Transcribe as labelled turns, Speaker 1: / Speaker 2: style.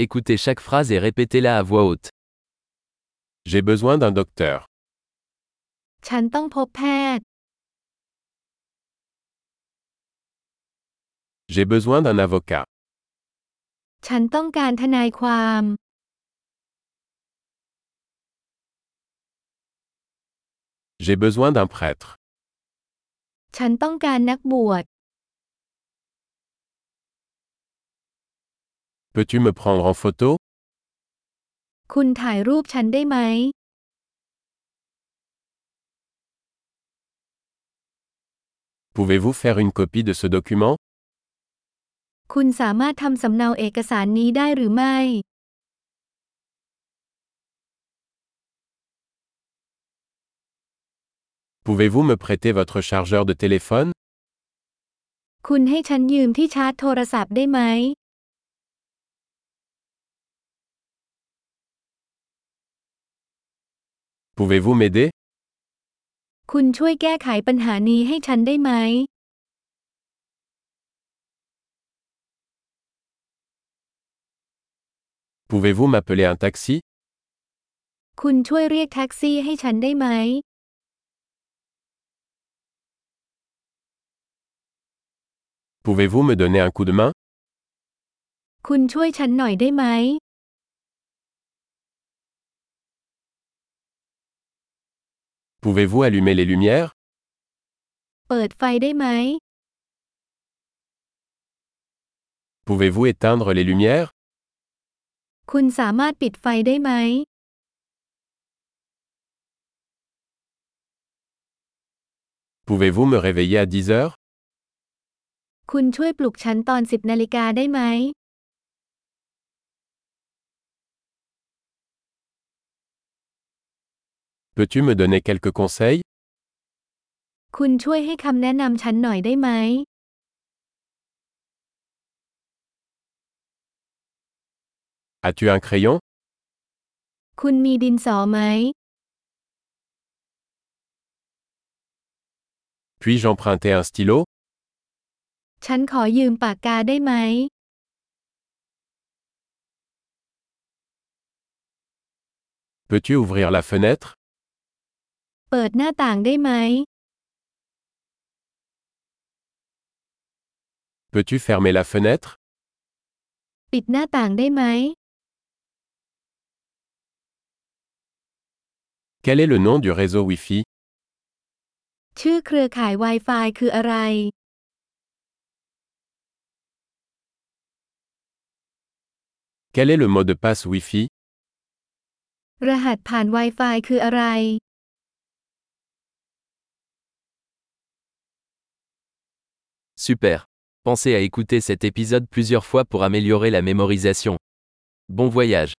Speaker 1: Écoutez chaque phrase et répétez-la à voix haute.
Speaker 2: J'ai besoin d'un docteur.
Speaker 3: ฉันต้องพบแพทย์
Speaker 2: J'ai besoin d'un avocat.
Speaker 3: ฉันต้องการทนายความ
Speaker 2: J'ai besoin d'un prêtre.
Speaker 3: ฉันต้องการนักบวช
Speaker 2: Peux-tu me prendre en photo
Speaker 3: คุณถ่ายรูปฉันได้ไหม
Speaker 2: Pouvez-vous faire une copie de ce document
Speaker 3: คุณสามารถทำสำเนาเอกสารนี้ได้หรือไม่
Speaker 2: Pouvez-vous me prêter votre chargeur de téléphone
Speaker 3: คุณให้ฉันยืมที่ชาร์จโทรศัพท์ได้ไหม
Speaker 2: Pouvez-vous m'aider
Speaker 3: คุณช่วยแก้ไขปัญหานี้ให้ฉันได้ไหม
Speaker 2: Pouvez-vous m'appeler un taxi
Speaker 3: คุณช่วยเรียกแท็กซี่ให้ฉันได้ไหม
Speaker 2: Pouvez-vous me donner un coup de main
Speaker 3: คุณช่วยฉันหน่อยได้ไหม
Speaker 2: Pouvez-vous allumer les lumières
Speaker 3: เปิดไฟได้ไหม
Speaker 2: Pouvez-vous éteindre les lumières
Speaker 3: คุณสามารถปิดไฟได้ไหม
Speaker 2: Pouvez-vous me réveiller à 10 heures
Speaker 3: คุณช่วยปลุกฉันตอน 10นาฬิกาได้ไหม
Speaker 2: Peux-tu me donner quelques conseils
Speaker 3: คุณช่วยให้คำแนะนำฉันหน่อยได้ไหม
Speaker 2: As-tu un crayon
Speaker 3: คุณมีดินสอไหม
Speaker 2: Puis-je emprunter un stylo
Speaker 3: ฉันขอยืมปากกาได้ไหม
Speaker 2: Peux-tu ouvrir la fenêtre
Speaker 3: เปิดหน้าต่างได้ไหม
Speaker 2: Peux-tu fermer la fenêtre
Speaker 3: ปิดหน้าต่างได้ไหม
Speaker 2: Quel est le nom du réseau Wi-Fi
Speaker 3: ชื่อเครือข่าย Wi-Fi คืออะไร
Speaker 2: Quel est le mot de passe Wi-Fi
Speaker 3: รหัสผ่าน Wi-Fi คืออะไร
Speaker 1: Super. Pensez à écouter cet épisode plusieurs fois pour améliorer la mémorisation. Bon voyage.